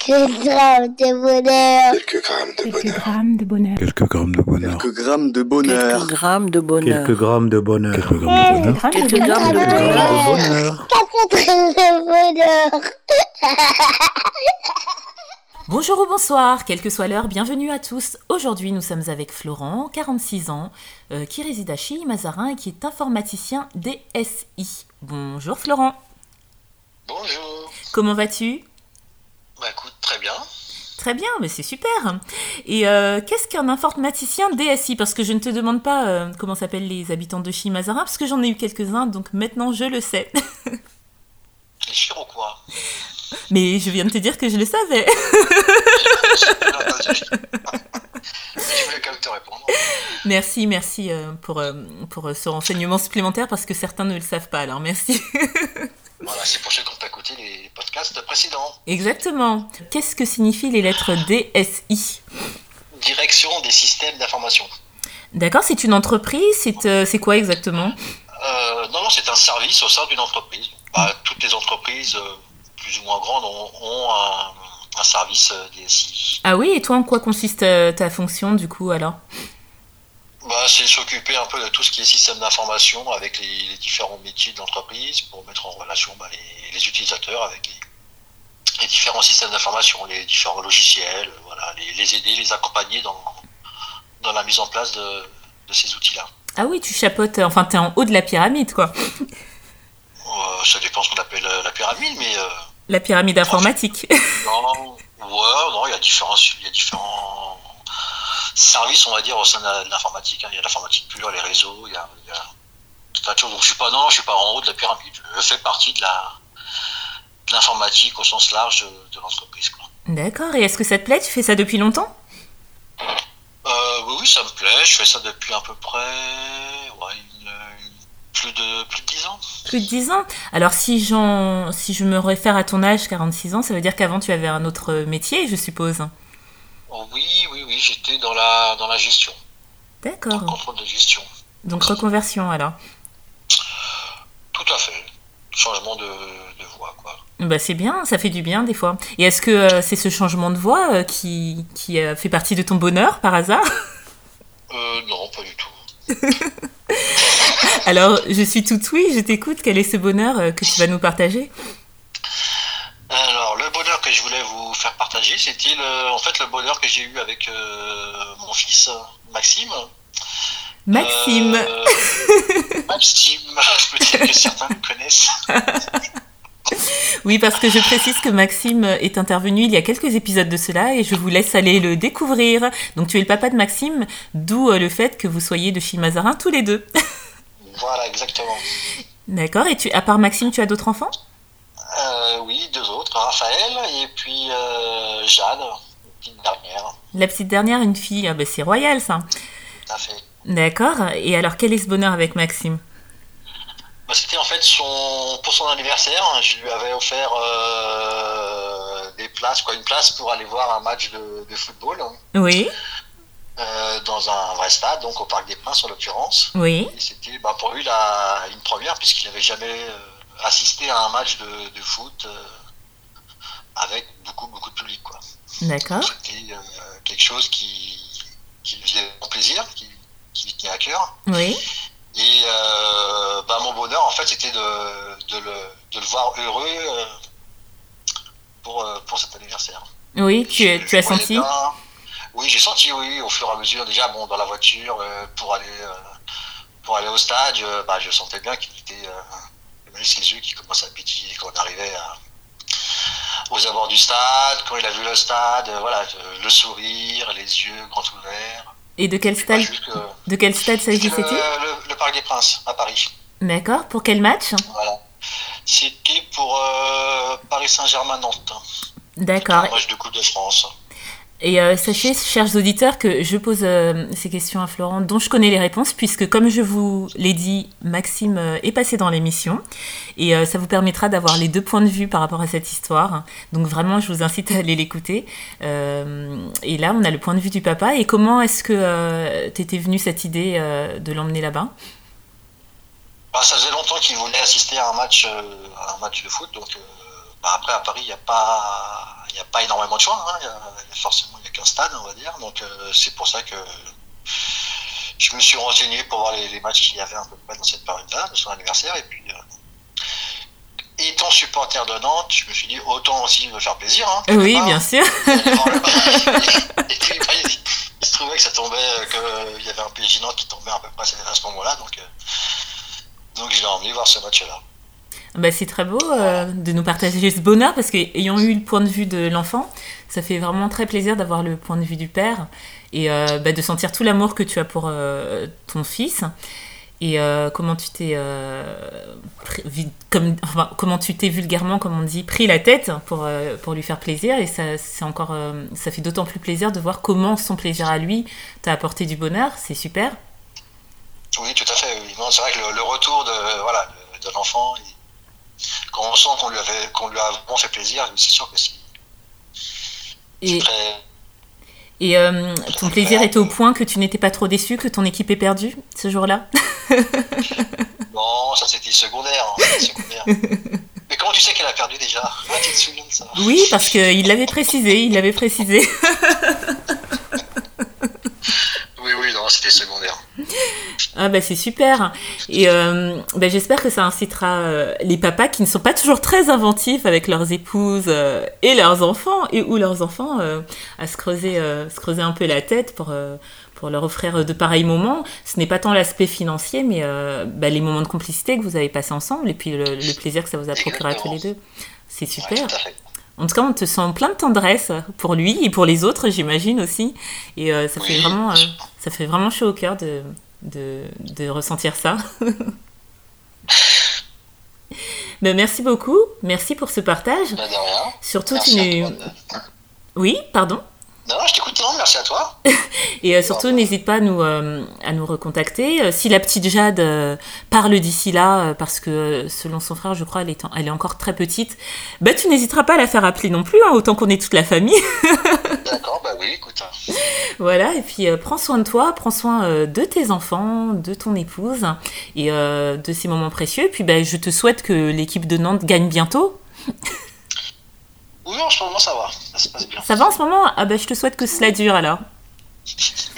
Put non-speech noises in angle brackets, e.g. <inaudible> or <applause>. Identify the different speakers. Speaker 1: Quelques grammes de bonheur.
Speaker 2: Quelques grammes de
Speaker 3: Quelques
Speaker 2: bonheur.
Speaker 3: grammes de bonheur.
Speaker 4: Quelques grammes de bonheur.
Speaker 5: Quelques grammes de
Speaker 6: Quelques
Speaker 5: bonheur.
Speaker 6: grammes de bonheur.
Speaker 7: Quelques grammes de bonheur.
Speaker 4: Quelques grammes de bonheur.
Speaker 3: Quelques
Speaker 6: Quelques
Speaker 3: grammes
Speaker 6: grammes
Speaker 3: de
Speaker 6: de
Speaker 3: bonheur.
Speaker 7: bonheur.
Speaker 1: Quatre grammes de bonheur.
Speaker 8: Bonjour ou bonsoir, quelle que soit l'heure, bienvenue à tous. Aujourd'hui, nous sommes avec Florent, 46 ans, euh, qui réside à Chilly-Mazarin et qui est informaticien DSI. Bonjour Florent,
Speaker 2: Bonjour.
Speaker 8: comment vas-tu
Speaker 2: Bah écoute, très bien.
Speaker 8: Très bien, mais c'est super. Et euh, qu'est-ce qu'un informaticien DSI Parce que je ne te demande pas euh, comment s'appellent les habitants de Chilly-Mazarin, parce que j'en ai eu quelques-uns, donc maintenant je le sais. <laughs>
Speaker 2: Les Chiroquois.
Speaker 8: Mais je viens de te dire que je le savais. <laughs>
Speaker 2: Je voulais quand même te répondre.
Speaker 8: Merci, merci euh, pour, euh, pour euh, ce renseignement supplémentaire, parce que certains ne le savent pas, alors merci. <laughs>
Speaker 2: Voilà, c'est pour ceux qui ont écouté les podcasts précédents.
Speaker 8: Exactement. Qu'est-ce que signifient les lettres DSI
Speaker 2: Direction des systèmes d'information.
Speaker 8: D'accord, c'est une entreprise, c'est euh, c'est quoi exactement
Speaker 2: Euh, non, non, c'est un service au sein d'une entreprise. Bah, toutes les entreprises, euh, plus ou moins grandes, ont, ont un, un service euh, DSI.
Speaker 8: Ah oui, et toi, en quoi consiste euh, ta fonction du coup alors
Speaker 2: Bah, c'est s'occuper un peu de tout ce qui est système d'information avec les, les différents métiers de l'entreprise pour mettre en relation bah, les, les utilisateurs avec les, les différents systèmes d'information, les différents logiciels, euh, voilà, les, les aider, les accompagner dans, dans la mise en place de, de ces outils-là.
Speaker 8: Ah oui, tu chapotes, enfin, t'es en haut de la pyramide quoi.
Speaker 2: Euh, ça dépend ce qu'on appelle euh, la pyramide, mais euh,
Speaker 8: La pyramide informatique. <laughs>
Speaker 2: Non, ouais, non, il y a différents, il y a différents services, on va dire, au sein de la- de l'informatique. hein. Il y a l'informatique pure, les réseaux, il y a, il y a tout un tas de choses. Donc, je suis pas, non, non, je suis pas en haut de la pyramide. Je fais partie de la de l'informatique au sens large de, de l'entreprise. quoi.
Speaker 8: D'accord, et est-ce que ça te plaît Tu fais ça depuis longtemps
Speaker 2: Euh, oui, oui, ça me plaît. Je fais ça depuis à peu près ouais, une- une- plus de plus de 10 ans.
Speaker 8: Plus de 10 ans. Alors si, j'en- si je me réfère à ton âge, 46 ans, ça veut dire qu'avant tu avais un autre métier, je suppose.
Speaker 2: Oh, oui, oui, oui, j'étais dans la dans la gestion, dans le
Speaker 8: D'accord.
Speaker 2: contrôle de gestion.
Speaker 8: Donc reconversion alors.
Speaker 2: Tout à fait. Changement de, de voie, quoi.
Speaker 8: Bah c'est bien, ça fait du bien des fois. Et est-ce que euh, c'est ce changement de voix euh, qui, qui euh, fait partie de ton bonheur par hasard <laughs>
Speaker 2: Euh, non, pas du tout.
Speaker 8: Alors je suis tout oui, je t'écoute, quel est ce bonheur euh, que tu vas nous partager
Speaker 2: Alors, le bonheur que je voulais vous faire partager, c'était le- en fait le bonheur que j'ai eu avec euh, mon fils Maxime.
Speaker 8: Maxime
Speaker 2: Euh, <laughs> Maxime, <laughs> peut-être que certains le connaissent.
Speaker 8: Oui parce que je précise que Maxime euh, est intervenu il y a quelques épisodes de cela et je vous laisse aller le découvrir. Donc tu es le papa de Maxime, d'où euh, le fait que vous soyez de Chimazarin tous les deux. <laughs>
Speaker 2: Voilà, exactement.
Speaker 8: D'accord, et tu, à part Maxime, tu as d'autres enfants
Speaker 2: Euh, oui, deux autres, Raphaël et puis euh, Jade, une petite dernière.
Speaker 8: La petite dernière, une fille, ah bah, c'est royal ça.
Speaker 2: Tout à fait.
Speaker 8: D'accord, et alors quel est ce bonheur avec Maxime
Speaker 2: Bah, c'était en fait son pour son anniversaire, hein, je lui avais offert euh, des places, quoi, une place pour aller voir un match de, de football hein,
Speaker 8: Oui,
Speaker 2: euh, dans un vrai stade, donc au Parc des Princes en l'occurrence.
Speaker 8: oui.
Speaker 2: Et c'était bah, pour lui la, une première, puisqu'il n'avait jamais euh, assisté à un match de, de foot euh, avec beaucoup, beaucoup de public. Quoi.
Speaker 8: D'accord.
Speaker 2: C'était euh, quelque chose qui, qui lui faisait plaisir, qui, qui lui tenait à cœur.
Speaker 8: Oui.
Speaker 2: Et euh, bah, mon bonheur, en fait, c'était de, de, le, de le voir heureux euh, pour, euh, pour cet anniversaire.
Speaker 8: Oui, tu,
Speaker 2: Je-
Speaker 8: tu
Speaker 2: je
Speaker 8: as
Speaker 2: voyais
Speaker 8: senti.
Speaker 2: bien. Oui, j'ai senti, oui, au fur et à mesure. Déjà, bon, dans la voiture, euh, pour aller, euh, pour aller au stade, euh, bah, je sentais bien qu'il était. Euh, j'avais juste les yeux qui commençaient à pétiller quand on arrivait à- aux abords du stade, quand il a vu le stade, euh, voilà, euh, le sourire, les yeux grands ouverts.
Speaker 8: Et de quel
Speaker 2: Puis, bah,
Speaker 8: stade,
Speaker 2: juste, euh,
Speaker 8: de quel stade
Speaker 2: c'était le,
Speaker 8: s'agissait-il
Speaker 2: le- le Parc des Princes, à Paris.
Speaker 8: D'accord. Pour quel match
Speaker 2: Voilà. C'était pour euh, Paris Saint-Germain-Nantes.
Speaker 8: D'accord.
Speaker 2: Un match de Coupe de France.
Speaker 8: Et euh, sachez, chers auditeurs, que je pose euh, ces questions à Florent, dont je connais les réponses, puisque comme je vous l'ai dit, Maxime euh, est passé dans l'émission, et euh, ça vous permettra d'avoir les deux points de vue par rapport à cette histoire. Donc vraiment, je vous incite à aller l'écouter. Euh, et là, on a le point de vue du papa. Et comment est-ce que euh, t'étais venue cette idée euh, de l'emmener là-bas
Speaker 2: Bah, ça faisait longtemps qu'il voulait assister à un match, euh, à un match de foot. Donc, euh, bah, après, à Paris, il n'y a, pas- il y a pas pas énormément de choix. hein. Il y a- forcément, il n'y a qu'un stade, on va dire. Donc, euh, c'est pour ça que je me suis renseigné pour voir les, les matchs qu'il y avait un peu près dans cette période-là, de son anniversaire. Et puis, euh, étant supporter de Nantes, je me suis dit autant aussi me faire plaisir. hein, quelque
Speaker 8: Oui,
Speaker 2: part.
Speaker 8: bien sûr.
Speaker 2: Et puis, bah, il, il se trouvait que ça tombait, qu'il y avait un PSG Nantes qui tombait à peu près à ce moment-là. Donc, euh, donc, je l'ai emmené voir ce match-là.
Speaker 8: Bah, c'est très beau euh, de nous partager ce bonheur parce qu'ayant eu le point de vue de l'enfant, ça fait vraiment très plaisir d'avoir le point de vue du père et euh, bah, de sentir tout l'amour que tu as pour euh, ton fils et euh, comment tu t'es euh, pris- vi- comme enfin, comment tu t'es vulgairement comme on dit pris la tête pour euh, pour lui faire plaisir et ça c'est encore euh, ça fait d'autant plus plaisir de voir comment son plaisir à lui t'a apporté du bonheur c'est super
Speaker 2: Oui, tout à fait. oui. Non, c'est vrai que le, le retour de voilà de, de l'enfant, il- quand on sent qu'on lui avait qu'on lui a vraiment fait plaisir, c'est sûr que c'est c'est
Speaker 8: et,
Speaker 2: très
Speaker 8: et euh, ton plaisir était au point que tu n'étais pas trop déçu que ton équipe ait perdu ce jour-là
Speaker 2: non, ça c'était secondaire. hein,
Speaker 8: <laughs>
Speaker 2: c'était secondaire. Mais comment tu sais qu'elle a perdu déjà Ah, Tu te souviens de ça
Speaker 8: Oui, parce qu'il l'avait précisé, il l'avait précisé. <laughs>
Speaker 2: Oui, oui, non, c'était secondaire.
Speaker 8: Ah bah c'est super. Et euh, bah, j'espère que ça incitera euh, les papas qui ne sont pas toujours très inventifs avec leurs épouses euh, et leurs enfants, et ou leurs enfants, euh, à se creuser, euh, se creuser un peu la tête pour, euh, pour leur offrir euh, de pareils moments. Ce n'est pas tant l'aspect financier, mais euh, bah, les moments de complicité que vous avez passés ensemble, et puis le, le plaisir que ça vous a procuré à tous les deux. C'est
Speaker 2: Ouais,
Speaker 8: super.
Speaker 2: tout à fait.
Speaker 8: En tout cas, on te sent plein de tendresse pour lui et pour les autres, j'imagine aussi. Et euh, ça, fait
Speaker 2: Oui.
Speaker 8: vraiment, euh, ça fait vraiment chaud au cœur de, de, de ressentir ça. <laughs> Ben, merci beaucoup, merci pour ce partage.
Speaker 2: Bah, de rien.
Speaker 8: Surtout, tu
Speaker 2: Merci
Speaker 8: nous-
Speaker 2: à toi.
Speaker 8: Oui, pardon.
Speaker 2: Non, je t'écoute, non, merci
Speaker 8: <laughs>
Speaker 2: à toi.
Speaker 8: Et euh, surtout, n'hésite pas à nous, euh, à nous recontacter. Euh, si la petite Jade euh, parle d'ici là, euh, parce que euh, selon son frère, je crois, elle est, en- elle est encore très petite, bah, tu n'hésiteras pas à la faire appeler non plus, hein, autant qu'on est toute la famille.
Speaker 2: D'accord, bah oui, écoute.
Speaker 8: Voilà, et puis euh, prends soin de toi, prends soin euh, de tes enfants, de ton épouse et euh, de ces moments précieux. Et puis bah, je te souhaite que l'équipe de Nantes gagne bientôt.
Speaker 2: Oui, en ce moment, ça va. Ça se passe bien.
Speaker 8: Ça va en ce moment Ah bah je te souhaite que cela dure alors. <laughs>